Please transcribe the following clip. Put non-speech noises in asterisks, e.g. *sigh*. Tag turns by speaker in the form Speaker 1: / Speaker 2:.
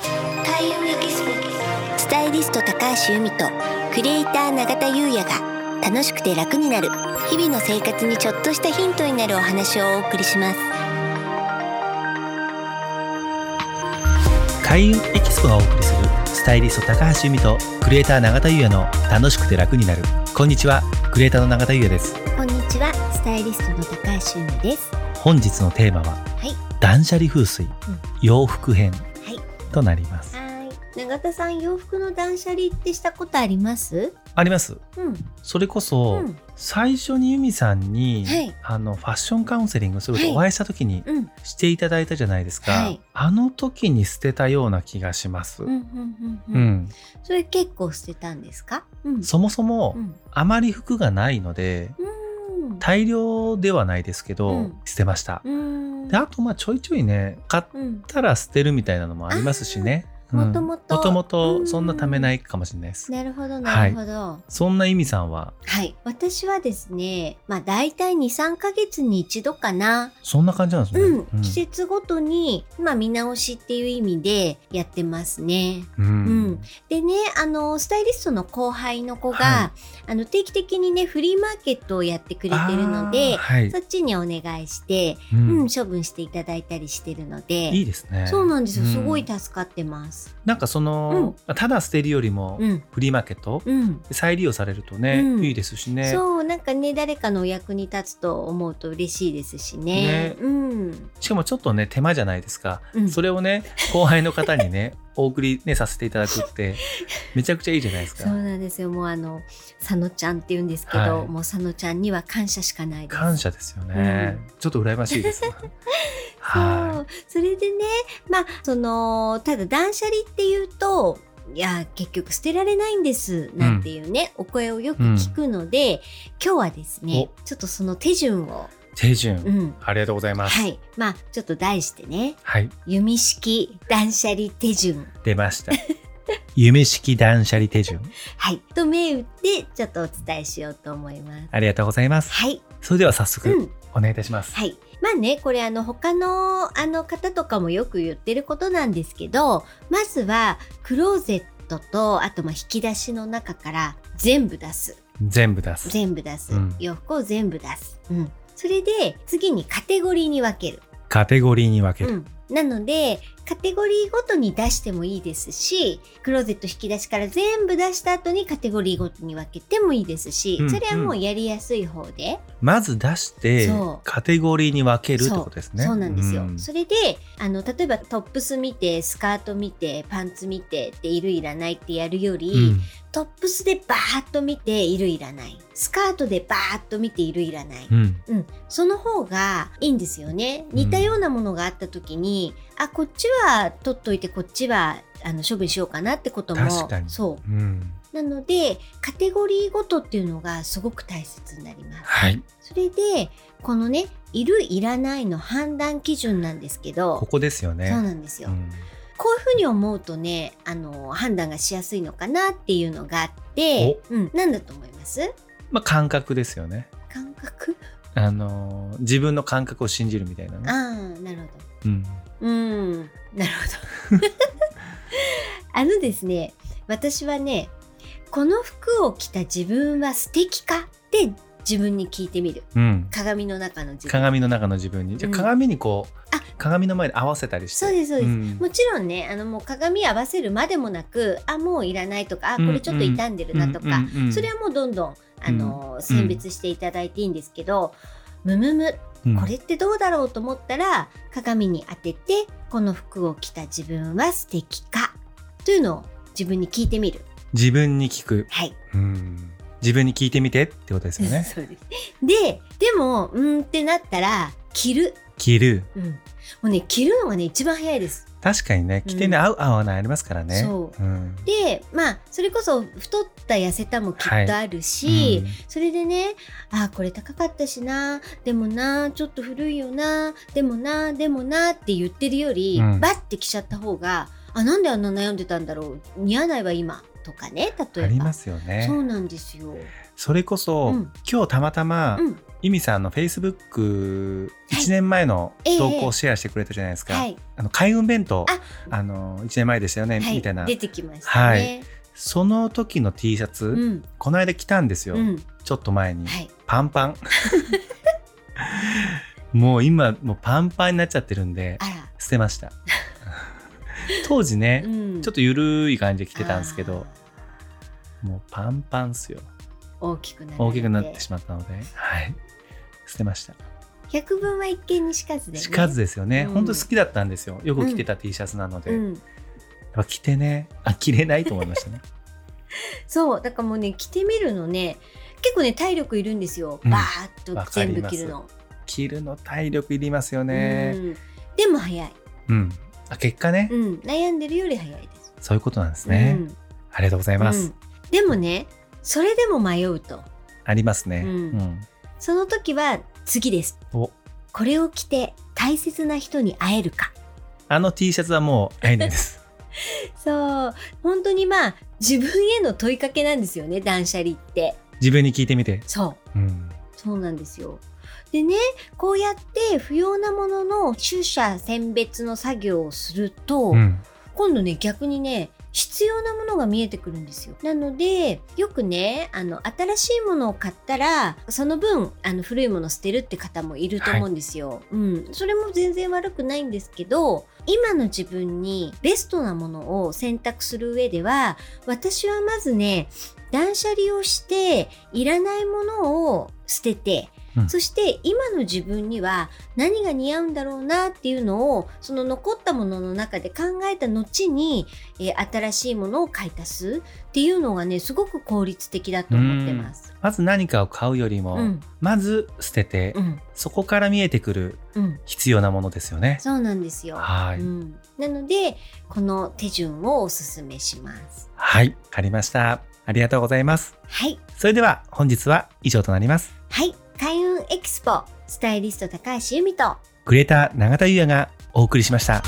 Speaker 1: 田優也ギススタイリスト高橋由美とクリエイター永田優也が楽しくて楽になる日々の生活にちょっとしたヒントになるお話をお送りします
Speaker 2: 開運エキスポがお送りするスタイリスト高橋由美とクリエイター永田優也の楽しくて楽になるこんにちはクリエイターの永田優也です
Speaker 1: こんにちはスタイリストの高橋由美です
Speaker 2: 本日のテーマは、
Speaker 1: い
Speaker 2: 断捨離風水、洋服編
Speaker 1: い
Speaker 2: となります、
Speaker 1: はい永田さん洋服の断捨離ってしたことあります
Speaker 2: あります
Speaker 1: うん
Speaker 2: それこそ、
Speaker 1: うん
Speaker 2: 最初に由美さんに、
Speaker 1: はい
Speaker 2: あのファッションカウンセリングする
Speaker 1: は
Speaker 2: と
Speaker 1: い
Speaker 2: お会いした時に
Speaker 1: うん
Speaker 2: していただいたじゃないですか、
Speaker 1: はい
Speaker 2: あの時に捨てたような気がします、
Speaker 1: うんうんうん
Speaker 2: う
Speaker 1: うん
Speaker 2: ん、
Speaker 1: それ結構捨てたんですかうん
Speaker 2: そもそも、
Speaker 1: うん
Speaker 2: あまり服がないので
Speaker 1: うん
Speaker 2: 大量ではないですけど、
Speaker 1: うん
Speaker 2: 捨てました、
Speaker 1: うん
Speaker 2: であとまあちょいちょいね買っ
Speaker 1: うん
Speaker 2: たら捨てるみたいなのもありますしね
Speaker 1: あー
Speaker 2: うん
Speaker 1: もともと
Speaker 2: もともとそんなためないかもしれないです、
Speaker 1: なるほどなるほど、
Speaker 2: そんな意味さんは
Speaker 1: はい。私はですね、まあ大体2、3ヶ月に一度かな。
Speaker 2: そんな感じなんですね、
Speaker 1: うん。
Speaker 2: うん
Speaker 1: 季節ごとに、まあ見直しっていう意味でやってますね。
Speaker 2: うん
Speaker 1: うんでね、あの、スタイリストの後輩の子が、
Speaker 2: は
Speaker 1: あの、定期的にね、フリーマーケットをやってくれてるの
Speaker 2: あー
Speaker 1: で、
Speaker 2: はい
Speaker 1: そっちにお願いして、
Speaker 2: う
Speaker 1: うん
Speaker 2: ん、
Speaker 1: 処分していただいたりしてるの
Speaker 2: い
Speaker 1: で、
Speaker 2: いですね
Speaker 1: そうなんですよ。
Speaker 2: うん
Speaker 1: すごい助かってます。
Speaker 2: なんかその、ただ捨てるよりも
Speaker 1: うん。
Speaker 2: フリーマーケット、
Speaker 1: うん。
Speaker 2: 再利用されるとね、
Speaker 1: うん
Speaker 2: いいですしね
Speaker 1: そうなんかね誰かのお役に立つと思うと嬉しいですしね
Speaker 2: ね
Speaker 1: うん、
Speaker 2: しかもちょっとね手間じゃないですか、
Speaker 1: うん、
Speaker 2: それをね後輩の方に
Speaker 1: *laughs*
Speaker 2: ねお送りねさせていただくってめちゃくちゃいいじゃないです
Speaker 1: そう
Speaker 2: か
Speaker 1: なんですよもうあの佐野ちゃんって言うんですけど、
Speaker 2: はい
Speaker 1: もう佐野ちゃんには感謝しかないです
Speaker 2: 感謝ですよね、ちょっと羨ま
Speaker 1: *laughs*
Speaker 2: しいです
Speaker 1: そ
Speaker 2: は
Speaker 1: うそれでねまあそのただ断捨離っていうといや結局捨てられないんですなんていうね、お声をよく聞くので、今日はですねちょっとその手順を、
Speaker 2: い手順、
Speaker 1: うん、
Speaker 2: ありがとうございます
Speaker 1: はいまあちょっと題してね
Speaker 2: はい
Speaker 1: 弓式断捨離手順
Speaker 2: 出ました夢式断捨離手順
Speaker 1: はい、と銘打ってちょっとお伝えしようと思います。
Speaker 2: ありがとうございます
Speaker 1: はい、
Speaker 2: それでは早
Speaker 1: う
Speaker 2: 速
Speaker 1: ん、
Speaker 2: お願いいたします、
Speaker 1: はい、まあね、これあの他のあの方とかもよく言ってることなんですけど、まずはクローゼットとあとまあ引き出しの中から全部出す、
Speaker 2: 全部出す
Speaker 1: 全部出す、
Speaker 2: うん
Speaker 1: 洋服を全部出す。うん、それで次にカテゴリーに分ける。
Speaker 2: カテゴリーに分け
Speaker 1: う
Speaker 2: る、
Speaker 1: ん、なのでカテゴリーごとに出してもいいですしクローゼット引き出しから全部出した後にカテゴリーごとに分けてもいいですし、
Speaker 2: うん
Speaker 1: それはもうやりやすい方で、
Speaker 2: まず出して
Speaker 1: そう
Speaker 2: カテゴリーに分けるってことですね
Speaker 1: そうなんですよ、
Speaker 2: うん
Speaker 1: それであの例えばトップス見てスカート見てパンツ見てっているいらないってやるより、
Speaker 2: うん
Speaker 1: トップスでバーッと見ているいらないスカートでバーッと見ているいらない、
Speaker 2: うん
Speaker 1: うん、その方がいいんですよね。似たようなものがあった時に、あこっちは取っといてこっちはあの処分しようかなってことも
Speaker 2: 確かに
Speaker 1: そ
Speaker 2: うん
Speaker 1: うなのでカテゴリーごとっていうのがすごく大切になります。
Speaker 2: はい
Speaker 1: それでこのねいるいらないの判断基準なんですけ
Speaker 2: こ
Speaker 1: ど、
Speaker 2: こですよね
Speaker 1: そうなんですよ。
Speaker 2: うん
Speaker 1: こういうふうに思うとねあの判断がしやすいのかなっていうのがあって、うん、なんだと思います
Speaker 2: まあ感覚ですよね
Speaker 1: 感覚
Speaker 2: あのー自分の感覚を信じるみたいなね
Speaker 1: ああなるほど。
Speaker 2: うん
Speaker 1: うん、なるほ
Speaker 2: *laughs*
Speaker 1: ど。あのですね、私はね、この服を着た自分は素敵かって自分に聞いてみる。
Speaker 2: うん
Speaker 1: 鏡の中の自分。
Speaker 2: 鏡の中の自分にじゃあ
Speaker 1: うん
Speaker 2: 鏡にこう、
Speaker 1: あ
Speaker 2: 鏡の前で合わせたりして
Speaker 1: そうですそうです
Speaker 2: ん
Speaker 1: もちろんね、あのもう鏡合わせるまでもなく、あ、もういらないとか、あ、こ
Speaker 2: うん
Speaker 1: れちょっと傷んでるなとか、
Speaker 2: うんうんうん
Speaker 1: それはもうどんどん、あの、選別していただいていいんですけど、むむむ、
Speaker 2: うん
Speaker 1: これってどうだろうと思ったら鏡に当ててこの服を着た自分は素敵かというのを自分に聞いてみる。
Speaker 2: 自分に聞く、
Speaker 1: はい、
Speaker 2: うん自分に聞いてみてってことですよね
Speaker 1: *laughs* そうですででもうーんってなったら着る、
Speaker 2: 着る
Speaker 1: うん、もうね着るのがね一番早いです。
Speaker 2: 確かにね着てね、
Speaker 1: う
Speaker 2: 合う合わないありますからね
Speaker 1: そ
Speaker 2: うん
Speaker 1: でまあそれこそ太った痩せたもきっとあるし、
Speaker 2: うん
Speaker 1: それでねあーこれ高かったしなでもなちょっと古いよなでもなでもなって言ってるより、
Speaker 2: うん
Speaker 1: バッて来ちゃった方があなんであんな悩んでたんだろう似合わないわ今とかね例えば
Speaker 2: ありますよね
Speaker 1: そうなんですよ、
Speaker 2: それこそ、
Speaker 1: うん
Speaker 2: 今日たまたま
Speaker 1: うん
Speaker 2: ゆみさんのフェイスブック
Speaker 1: はい
Speaker 2: 1年前の
Speaker 1: ええ
Speaker 2: 投稿をシェアしてくれたじゃないですか、
Speaker 1: はい。
Speaker 2: あの開運弁当
Speaker 1: あ
Speaker 2: あの1年前でしたよね、
Speaker 1: は
Speaker 2: みたいな
Speaker 1: 出てきましたね。
Speaker 2: その時の T シャツ、
Speaker 1: うん。
Speaker 2: この間来たんですよ、
Speaker 1: うん。
Speaker 2: ちょっと前に、
Speaker 1: はい。
Speaker 2: パンパ
Speaker 1: *laughs*
Speaker 2: ンもう今もうパンパンになっちゃってるんで
Speaker 1: あら。
Speaker 2: 捨てました
Speaker 1: *laughs*
Speaker 2: 当時ね、
Speaker 1: うん。
Speaker 2: ちょっ
Speaker 1: と
Speaker 2: とゆるい感じで着てたんですけど。もうパンパンっすよ
Speaker 1: 大きくな
Speaker 2: 大きくなって
Speaker 1: し
Speaker 2: しまったのではい捨てました
Speaker 1: まう。百分は一見にしかずで、ね。
Speaker 2: しかずですよね、
Speaker 1: うん
Speaker 2: 本当好きだったんですよよく着てた T シャツなので、
Speaker 1: う
Speaker 2: やっ
Speaker 1: ん。
Speaker 2: ぱ着てねあ着れないと思いましたね
Speaker 1: そう。だからもうね、着てみるのね、結構ね、体力いるんですよ。
Speaker 2: うん
Speaker 1: バーっと
Speaker 2: わか
Speaker 1: 全部
Speaker 2: ります
Speaker 1: 着るの。
Speaker 2: 着るの体力いりますよね
Speaker 1: うん。でも早い。
Speaker 2: うん、あ結果ね、
Speaker 1: うん。悩んでるより早いです。
Speaker 2: そういうことなんですね、
Speaker 1: うん。
Speaker 2: ありがとうございます、
Speaker 1: うんでもね、それでも迷うと。
Speaker 2: ありますね、
Speaker 1: う
Speaker 2: うんん
Speaker 1: その時は次です。
Speaker 2: お
Speaker 1: これを着て大切な人に会えるか。
Speaker 2: あの T シャツはもう会えないです
Speaker 1: *laughs* そう。本当にまあ、自分への問いかけなんですよね、断捨離って。
Speaker 2: 自分に聞いてみて、
Speaker 1: そう。
Speaker 2: うん、
Speaker 1: そうなんですよ。でね、こうやって不要なものの取捨選別の作業をすると、
Speaker 2: うん
Speaker 1: 今度ね、逆にね、必要なものが見えてくるんですよ。なので、よくね、あの、新しいものを買ったら、その分、あの、古いものを捨てるって方もいると思うんですよ。うん。それも全然悪くないんですけど、今の自分にベストなものを選択する上では、私はまずね、断捨離をして、いらないものを捨てて、
Speaker 2: うん
Speaker 1: そして今の自分には何が似合うんだろうなっていうのを、その残ったものの中で考えた後に、えー新しいものを買い足すっていうのがね、すごく効率的だと思ってます。
Speaker 2: まず何かを買うよりも、
Speaker 1: うん、
Speaker 2: まず捨てて、
Speaker 1: うん、
Speaker 2: そこから見えてくる
Speaker 1: うん。
Speaker 2: 必要なものですよね
Speaker 1: そうなんですよ。
Speaker 2: はい、
Speaker 1: うん、なので、この手順をおすすめします。
Speaker 2: はいわかりましたありがとうございます
Speaker 1: はい。
Speaker 2: それでは本日は以上となります
Speaker 1: はい。開運エキスポ、スタイリスト高橋由美と、
Speaker 2: グレーター永田優也がお送りしました